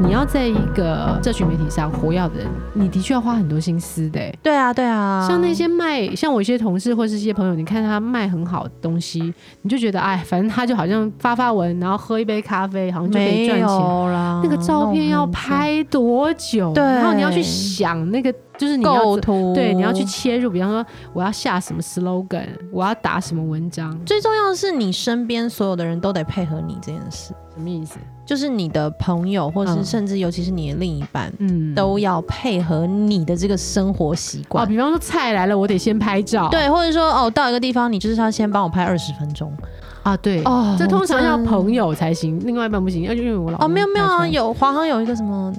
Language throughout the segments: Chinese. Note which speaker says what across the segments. Speaker 1: 你要在一个社群媒体上活跃的人，你的确要花很多心思的欸。
Speaker 2: 对啊，对啊，
Speaker 1: 像那些卖，像我一些同事或是一些朋友，你看他卖很好的东西，你就觉得哎，反正他就好像发发文，然后喝一杯咖啡，好像就可
Speaker 2: 没
Speaker 1: 以赚钱。
Speaker 2: 有啦，
Speaker 1: 那个照片要
Speaker 2: 那种
Speaker 1: 拍多久？
Speaker 2: 对
Speaker 1: 然后你要去想那个，就是你要
Speaker 2: 构
Speaker 1: 怎
Speaker 2: 图，
Speaker 1: 对，你要去切入，比方说我要下什么 slogan，我要打什么文章，
Speaker 2: 最重要的是，你身边所有的人都得配合你这件事，
Speaker 1: 什么意思？
Speaker 2: 就是你的朋友，或是
Speaker 1: 嗯
Speaker 2: 甚至尤其是你的另一半，
Speaker 1: 嗯，
Speaker 2: 都要配合你的这个生活习
Speaker 1: 哦，
Speaker 2: 惯。
Speaker 1: 比方说菜来了，我得先拍照。
Speaker 2: 对，或者说哦，到一个地方，你就是要先帮我拍二十分钟
Speaker 1: 啊，对，
Speaker 2: 哦
Speaker 1: 这通常要
Speaker 2: 真
Speaker 1: 朋友才行，另外一半不行，要因为我老公
Speaker 2: 哦，没有没有
Speaker 1: 太
Speaker 2: 啊，
Speaker 1: 穿
Speaker 2: 有华航有一个什么，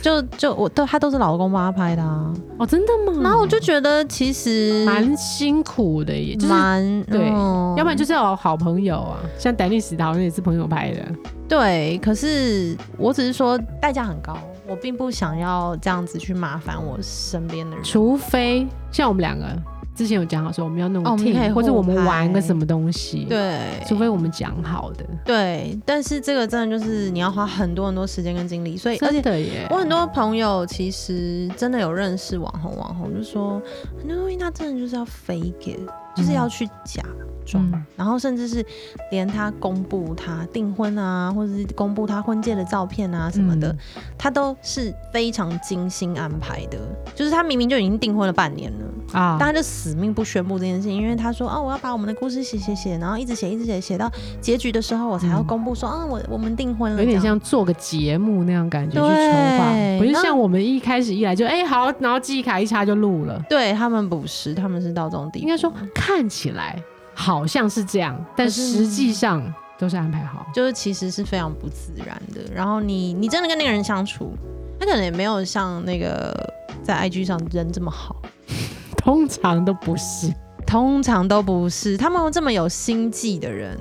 Speaker 2: 就就我都他都是老公帮他拍的啊，
Speaker 1: 哦，真的吗？
Speaker 2: 然后我就觉得其实
Speaker 1: 蛮辛苦的耶，就是
Speaker 2: 蛮
Speaker 1: 对
Speaker 2: 嗯
Speaker 1: 要不然就是要有好朋友啊，像丹尼斯塔好像也是朋友拍的，
Speaker 2: 对，可是我只是说代价很高，我并不想要这样子去麻烦我身边的人。
Speaker 1: 除非像我们两个之前有讲好说我们要弄个
Speaker 2: 哦我们可以
Speaker 1: team，、
Speaker 2: 互
Speaker 1: 或者我们
Speaker 2: 拍
Speaker 1: 玩个什么东西，，
Speaker 2: 对，
Speaker 1: 除非我们讲好的，
Speaker 2: 对，但是这个真的就是你要花很多很多时间跟精力，所以而且
Speaker 1: 真。的耶
Speaker 2: 我，很多朋友其实真的有认识网红，网红就说很多东西他真的就是要 fake it，就是要去假装，
Speaker 1: 嗯
Speaker 2: 然后甚至是连他公布他订婚啊，或者是公布他婚戒的照片啊什么的，
Speaker 1: 嗯
Speaker 2: 他都是非常精心安排的。就是他明明就已经订婚了半年了，
Speaker 1: 啊
Speaker 2: 但他就死命不宣布这件事情，因为他说啊，我要把我们的故事写写写，然后一直写一直写，写到结局的时候我才要
Speaker 1: 嗯
Speaker 2: 公布说、啊，我我们订婚了，
Speaker 1: 有点
Speaker 2: 这样。
Speaker 1: 像做个节目那样感觉去
Speaker 2: 对
Speaker 1: 筹划，不是
Speaker 2: 那
Speaker 1: 像我们一开始一来就哎、好，然后记忆卡一插就录了，
Speaker 2: 对他们不是，他们是到这种地步，
Speaker 1: 应该说看起来好像是这样，但
Speaker 2: 可是呢
Speaker 1: 实际上都是安排好。
Speaker 2: 就是其实是非常不自然的。然后你你真的跟那个人相处，他可能也没有像那个在 IG 上人这么好，
Speaker 1: 通常都不是，
Speaker 2: 通常都不是。他们这么有心计的人，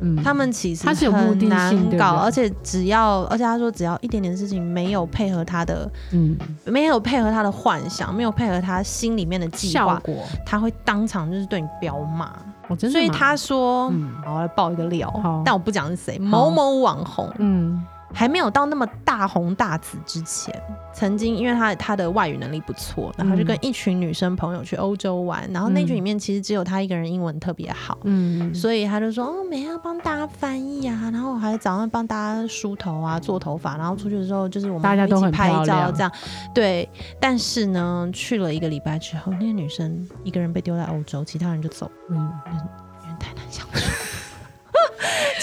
Speaker 1: 嗯，
Speaker 2: 他们其实
Speaker 1: 他是有目的性
Speaker 2: 很难
Speaker 1: 对不对
Speaker 2: 搞，而且只要而且他说只要一点点事情没有配合他的，
Speaker 1: 嗯
Speaker 2: 没有配合他的幻想，没有配合他心里面的计
Speaker 1: 效
Speaker 2: 划，
Speaker 1: 果，
Speaker 2: 他会当场就是对你彪骂。
Speaker 1: 我真的吗，
Speaker 2: 所以他说。
Speaker 1: 嗯
Speaker 2: 好，我来爆一个料
Speaker 1: 好，
Speaker 2: 但我不讲是谁，某某网红，
Speaker 1: 嗯
Speaker 2: 还没有到那么大红大紫之前，曾经因为他他的外语能力不错，然后
Speaker 1: 嗯
Speaker 2: 就跟一群女生朋友去欧洲玩，然后那群里面其实只有他一个人英文特别好。
Speaker 1: 嗯，
Speaker 2: 所以他就说哦，每天要帮大家翻译啊，然后我还早上帮大家梳头啊、做头发，然后出去的时候就是我们
Speaker 1: 大家都
Speaker 2: 一起
Speaker 1: 很
Speaker 2: 拍
Speaker 1: 漂
Speaker 2: 照
Speaker 1: 亮
Speaker 2: 这样。对，但是呢，去了一个礼拜之后，那个女生一个人被丢在欧洲，其他人就走了，
Speaker 1: 嗯
Speaker 2: 因为太难相处。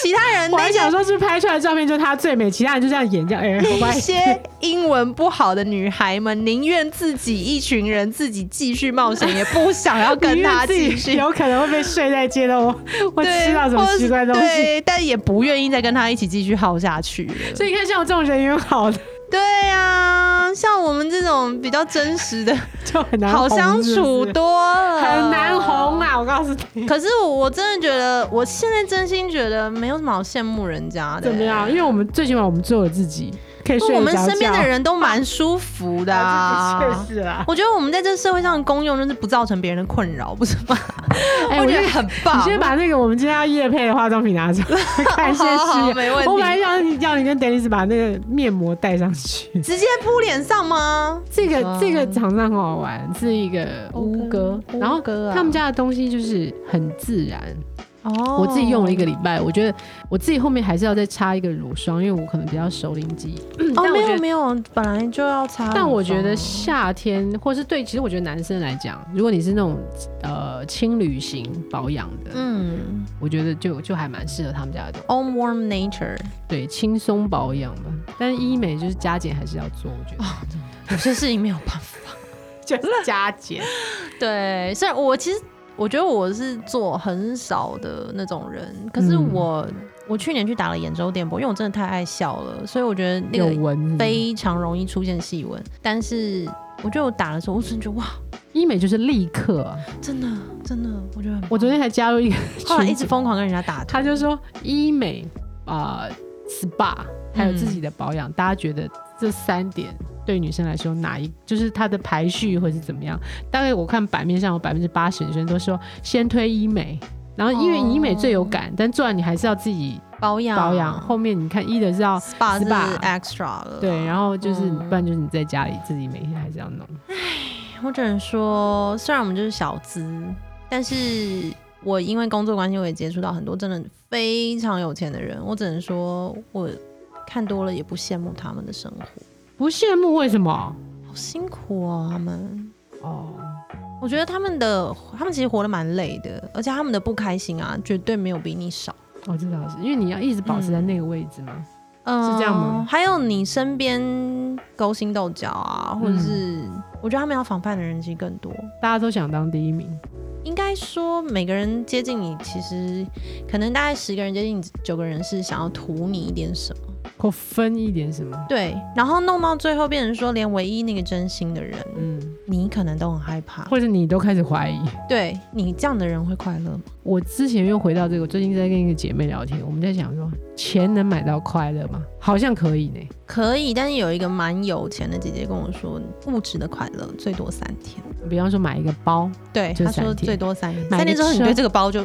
Speaker 2: 其他人
Speaker 1: 我
Speaker 2: 那
Speaker 1: 还
Speaker 2: 些
Speaker 1: 想说，是拍出来的照片就是他最美，其他人就这样演这样，哎、我把
Speaker 2: 那 些英文不好的女孩们，宁愿自己一群人自己继续冒险，也不想要跟他
Speaker 1: 因为自
Speaker 2: 继
Speaker 1: 己
Speaker 2: 续。
Speaker 1: 有可能会被睡在街头，或
Speaker 2: 对，
Speaker 1: 吃到什么
Speaker 2: 或是
Speaker 1: 奇怪的东西。
Speaker 2: 对，但也不愿意再跟他一起继续耗下去了。
Speaker 1: 所以你看，像我这种人缘好的，
Speaker 2: 对啊，像我们这种比较真实的，
Speaker 1: 就很难
Speaker 2: 好
Speaker 1: 红
Speaker 2: 相
Speaker 1: 是不
Speaker 2: 处
Speaker 1: 是
Speaker 2: 多了，
Speaker 1: 很难红。啊！我告诉你，
Speaker 2: 可是我我真的觉得，我现在真心觉得没有什么好羡慕人家的、
Speaker 1: 怎么样？因为我们最起码我们做了自己，可以
Speaker 2: 因
Speaker 1: 睡
Speaker 2: 为我
Speaker 1: 得
Speaker 2: 们
Speaker 1: 着
Speaker 2: 身边的
Speaker 1: 觉
Speaker 2: 人都蛮舒服的、啊，
Speaker 1: 啊这的确是啊。
Speaker 2: 我觉得我们在这社会上的功用就是不造成别人的困扰，不是吗？
Speaker 1: 哎 我
Speaker 2: 我觉
Speaker 1: 觉
Speaker 2: 得
Speaker 1: 得
Speaker 2: 很棒。
Speaker 1: 你先把那个我们今天要夜配的化妆品拿出 来，看
Speaker 2: 好
Speaker 1: 先
Speaker 2: 好好
Speaker 1: 试。
Speaker 2: 没问题
Speaker 1: 我本来要你要你跟 Dennis 把那个面膜带上去。
Speaker 2: 直接扑脸上吗？
Speaker 1: 这个
Speaker 2: 嗯
Speaker 1: 这个厂商很好玩，是一个乌
Speaker 2: 哥
Speaker 1: 哥，然后
Speaker 2: 乌哥啊
Speaker 1: 他们家的东西就是很自然。
Speaker 2: 哦，
Speaker 1: 我自己用了一个，礼拜，我觉得我自己后面还是要再擦一个乳霜，因为我可能比较熟龄肌。
Speaker 2: 哦，
Speaker 1: 但我
Speaker 2: 没
Speaker 1: 觉
Speaker 2: 有
Speaker 1: 得
Speaker 2: 没有，本来就要擦。
Speaker 1: 但我
Speaker 2: 哦
Speaker 1: 觉得夏天，或是对，其实我觉得男生来讲，如果你是那种呃轻旅行保养的，
Speaker 2: 嗯
Speaker 1: 我觉得就就还蛮适合他们家的东西。
Speaker 2: ，All Warm Nature，
Speaker 1: 对，轻松保养吧。但是医美就是加减还是要做，我
Speaker 2: 哦
Speaker 1: 觉得、
Speaker 2: 有些事情没有办法。
Speaker 1: 就是加减。
Speaker 2: 对，虽然我其实我觉得我是做很少的那种人，可是
Speaker 1: 嗯
Speaker 2: 我、我去年去打了眼周电波，因为我真的太爱笑了，所以我觉得那
Speaker 1: 有
Speaker 2: 个
Speaker 1: 纹是不是
Speaker 2: 非常容易出现细纹。但是我觉得我打的时候，我真的觉得哇，
Speaker 1: 医美就是立刻啊、
Speaker 2: 真的真的，我觉得很棒
Speaker 1: 我昨天还加入一个
Speaker 2: 后来一
Speaker 1: 群
Speaker 2: 直
Speaker 1: 组，
Speaker 2: 疯狂跟人家打赌，
Speaker 1: 他就说医美啊、呃 SPA 还有自己的保
Speaker 2: 嗯
Speaker 1: 养，大家觉得这三点对女生来说哪一就是它的排序或是怎么样？大概我看版面上有百分之八十女生都说先推医美，然后因为
Speaker 2: 哦
Speaker 1: 医美最有感，但做完你还是要自己
Speaker 2: 保养
Speaker 1: 保养，后面你看一的是要
Speaker 2: SPA 是
Speaker 1: SPA
Speaker 2: extra 哦了。
Speaker 1: 对，然后就是你，
Speaker 2: 嗯
Speaker 1: 不然就是你在家里自己每天还是要弄。
Speaker 2: 我只能说，虽然我们就是小资，但是我因为工作关系，我也接触到很多真的非常有钱的人。我只能说，我看多了也不羡慕他们的生活，
Speaker 1: 不羡慕为什么？
Speaker 2: 好辛苦哦，他们。
Speaker 1: 哦，
Speaker 2: 我觉得他们的，他们其实活得蛮累的，而且他们的不开心啊，绝对没有比你少。
Speaker 1: 哦我知道是因为你要一直保持在那个位置嘛。
Speaker 2: 嗯，
Speaker 1: 这样吗
Speaker 2: 还有你身边勾心斗角啊，或者
Speaker 1: 嗯
Speaker 2: 是、我觉得他们要防范的人其实更多。
Speaker 1: 大家都想当第一名，
Speaker 2: 应该说，每个人接近你，其实可能大概十个人接近你，九个人是想要图你一点什么，
Speaker 1: 或分一点什么。
Speaker 2: 对，然后弄到最后变成说，连唯一那个真心的人，
Speaker 1: 嗯，
Speaker 2: 你可能都很害怕。
Speaker 1: 或者你都开始怀疑。
Speaker 2: 对你这样的人会快乐吗？
Speaker 1: 我之前又回到这个，我最近在跟一个姐妹聊天，我们在想说，钱能买到快乐吗？好像可以呢。
Speaker 2: 可以，但是有一个蛮有钱的姐姐跟我说，物质的快乐最多三天。
Speaker 1: 比方说买一个包，
Speaker 2: 对，
Speaker 1: 就
Speaker 2: 她
Speaker 1: 三
Speaker 2: 说
Speaker 1: 天
Speaker 2: 最多三天，
Speaker 1: 买
Speaker 2: 三
Speaker 1: 个
Speaker 2: 天之后你
Speaker 1: 车
Speaker 2: 对这个包就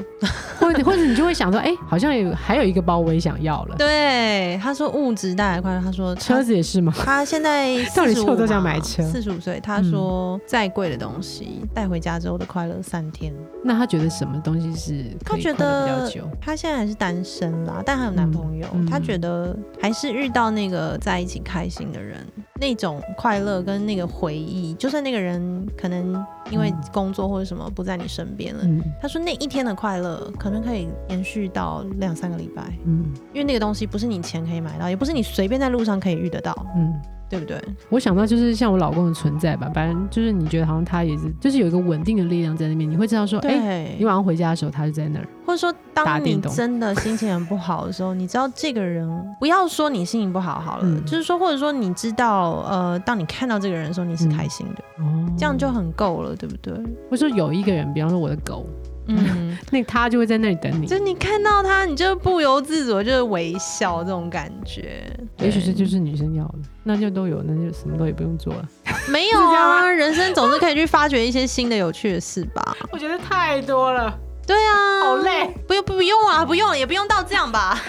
Speaker 1: 或 者或者你就会想说，哎、好像有还有一个包我也想要了。
Speaker 2: 对，她说物质带来快乐，她说
Speaker 1: 车
Speaker 2: 她
Speaker 1: 子也是吗？
Speaker 2: 他现在
Speaker 1: 到底
Speaker 2: 45
Speaker 1: 臭豆酱
Speaker 2: 嘛
Speaker 1: 买车嗯
Speaker 2: 四十五岁，他说再贵的东西带回家之后的快乐三天。
Speaker 1: 那他觉得什么东西是可以
Speaker 2: 他觉
Speaker 1: 快乐比
Speaker 2: 得
Speaker 1: 较久？
Speaker 2: 他现在还是单身啦，但还有男朋
Speaker 1: 嗯嗯
Speaker 2: 友。他觉得还是遇到那个在一起开心的人，那种快乐跟那个回忆，就算那个人可能因为
Speaker 1: 嗯
Speaker 2: 工作或者什么不在你身边了。
Speaker 1: 嗯
Speaker 2: 他说：“那一天的快乐可能可以延续到两三个礼拜，
Speaker 1: 嗯
Speaker 2: 因为那个东西不是你钱可以买到，也不是你随便在路上可以遇得到，
Speaker 1: 嗯，
Speaker 2: 对不对？
Speaker 1: 我想到就是像我老公的存在吧，反正就是你觉得好像他也是，就是有一个稳定的力量在那边，你会知道说，哎、
Speaker 2: 对
Speaker 1: 你晚上回家的时候他就在那儿。
Speaker 2: 或者说，
Speaker 1: 打
Speaker 2: 当你
Speaker 1: 电动
Speaker 2: 真的心情很不好的时候，你知道这个人，不要说你心情不好好了，
Speaker 1: 嗯
Speaker 2: 就是说，或者说你知道，呃，当你看到这个人的时候，你是开心的，
Speaker 1: 哦，
Speaker 2: 这样就很够了，对不对？
Speaker 1: 我说有一个人，比方说我的狗，
Speaker 2: 嗯，
Speaker 1: 那他就会在那里等你
Speaker 2: 就。是你看到他，你就不由自主地就是微笑这种感觉。
Speaker 1: 也许这
Speaker 2: 对
Speaker 1: 就是女生要的，那就都有，那就什么都也不用做了。
Speaker 2: 没有
Speaker 1: 是这样
Speaker 2: 啊，
Speaker 1: 吗
Speaker 2: 人生总是可以去发掘一些新的有趣的事 吧。
Speaker 1: 我觉得太多了，
Speaker 2: 对啊，
Speaker 1: 好累，
Speaker 2: 不用不用啊，不用也不用到这 样吧，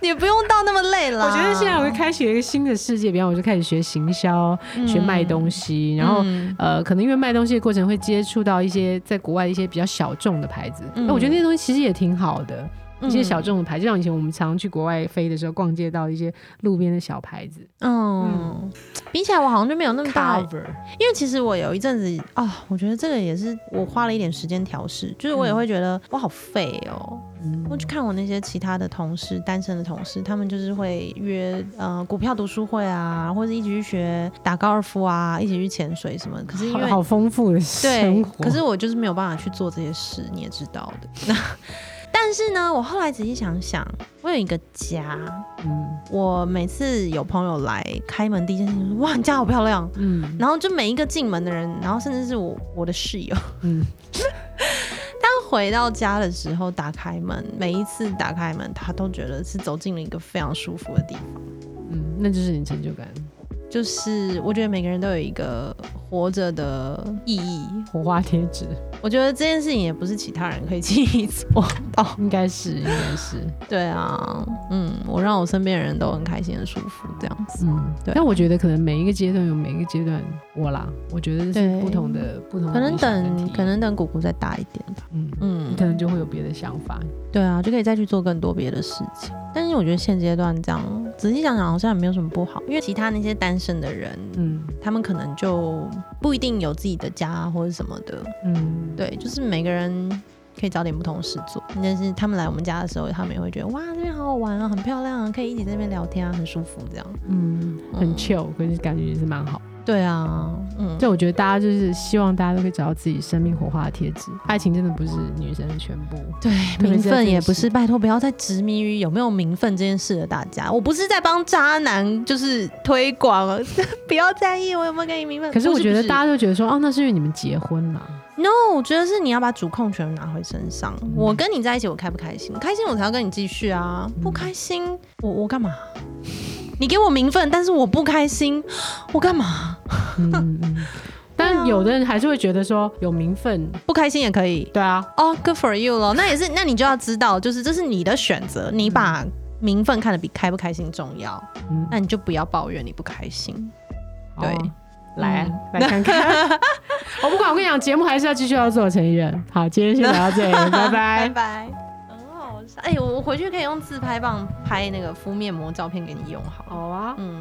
Speaker 2: 也不用到那么累了。
Speaker 1: 我觉得现在我就开启了一个新的世界，比方我就开始学行销，学卖东西，然后。
Speaker 2: 嗯
Speaker 1: 呃，可能因为卖东西的过程会接触到一些在国外一些比较小众的牌子，那、
Speaker 2: 嗯
Speaker 1: 我觉得那些东西其实也挺好的，一些小
Speaker 2: 嗯
Speaker 1: 众的牌子，就像以前我们常去国外飞的时候逛街到一些路边的小牌子
Speaker 2: 嗯，比起来我好像就没有那么嗯大，
Speaker 1: ，cover，
Speaker 2: 因为其实我有一阵子啊、我觉得这个也是我花了一点时间调试，就是我也
Speaker 1: 嗯
Speaker 2: 会觉得我好废哦。
Speaker 1: 嗯
Speaker 2: 我去看我那些其他的同事，单身的同事，他们就是会约呃股票读书会啊，或者一起去学打高尔夫啊，一起去潜水什么。可是因为
Speaker 1: 好好丰富的
Speaker 2: 对
Speaker 1: 生活，，
Speaker 2: 可是我就是没有办法去做这些事，你也知道的。 但是呢，我后来仔细想想，我有一个家，
Speaker 1: 嗯
Speaker 2: 我每次有朋友来开门，第一件事情就是哇，你家好漂亮。
Speaker 1: 嗯
Speaker 2: 然后就每一个进门的人，然后甚至是我我的室友，
Speaker 1: 嗯，
Speaker 2: 他回到家的时候打开门，每一次打开门，他都觉得是走进了一个非常舒服的地方。
Speaker 1: 嗯，那就是你成就感，
Speaker 2: 就是我觉得每个人都有一个活着的意义，
Speaker 1: 火花贴纸，
Speaker 2: 我觉得这件事情也不是其他人可以轻 易做到。
Speaker 1: 应该是应该是，
Speaker 2: 对啊，嗯，我让我身边的人都很开心、很舒服，这样子。
Speaker 1: 嗯，
Speaker 2: 对
Speaker 1: 但我觉得可能每一个阶段有每一个阶段我啦，我觉得
Speaker 2: 对
Speaker 1: 是不同的不同的
Speaker 2: 可能
Speaker 1: 理想跟
Speaker 2: 等
Speaker 1: 体
Speaker 2: 可能等姑姑再大一点吧，
Speaker 1: 验嗯。
Speaker 2: 嗯
Speaker 1: 你，可能就会有别的想法，
Speaker 2: 对啊，就可以再去做更多别的事情。但是我觉得现阶段这样，仔细想想好像也没有什么不好，因为其他那些单身的人，
Speaker 1: 嗯
Speaker 2: 他们可能就不一定有自己的家或者什么的。
Speaker 1: 嗯，
Speaker 2: 对，就是每个人可以找点不同的事做。但是他们来我们家的时候，他们也会觉得哇，这边好好玩啊，很漂亮啊，可以一起在那边聊天啊，很舒服这样。
Speaker 1: 嗯，
Speaker 2: 嗯
Speaker 1: 很 chill，可是感觉也是蛮好。
Speaker 2: 对啊，嗯，
Speaker 1: 就我觉得大家就是希望大家都可以找到自己生命火花的贴纸。爱情真的不是女生的全部，
Speaker 2: 对，
Speaker 1: 别
Speaker 2: 名
Speaker 1: 是在
Speaker 2: 分
Speaker 1: 这
Speaker 2: 也
Speaker 1: 个
Speaker 2: 不
Speaker 1: 时
Speaker 2: 是，拜托不要再执迷于有没有名分这件事了，大家，我不是在帮渣男就是推广， 不要在意我有没有给你名分。
Speaker 1: 可是我觉得大
Speaker 2: 家
Speaker 1: 家都觉得说，哦，那是因为你们结婚了。
Speaker 2: ，no，我觉得是你要把主控权拿回身上。
Speaker 1: 嗯
Speaker 2: 我跟你在一起，我开不开心？开心我才要跟你继续啊，不
Speaker 1: 嗯
Speaker 2: 开心我我干嘛？你给我名分，但是我不开心，我干嘛？
Speaker 1: 嗯嗯嗯。
Speaker 2: 啊
Speaker 1: 但有的人还是会觉得说有名分，
Speaker 2: 不开心也可以。
Speaker 1: 对啊，
Speaker 2: 哦、g o o d for you 咯。那也是，那你就要知道，就是这是你的选择，你把名分看得比开不开心重要，
Speaker 1: 嗯
Speaker 2: 那你就不要抱怨你不开心。
Speaker 1: 哦
Speaker 2: 对
Speaker 1: 来来看看。 我不管，我跟你讲，节目还是要继续要做，陈怡人。好，今天先聊到 这里，拜
Speaker 2: 拜
Speaker 1: 拜。
Speaker 2: 拜。很好笑，哎、我我回去可以用自拍棒拍那个敷面膜照片给你用好了。
Speaker 1: 好啊。
Speaker 2: 嗯。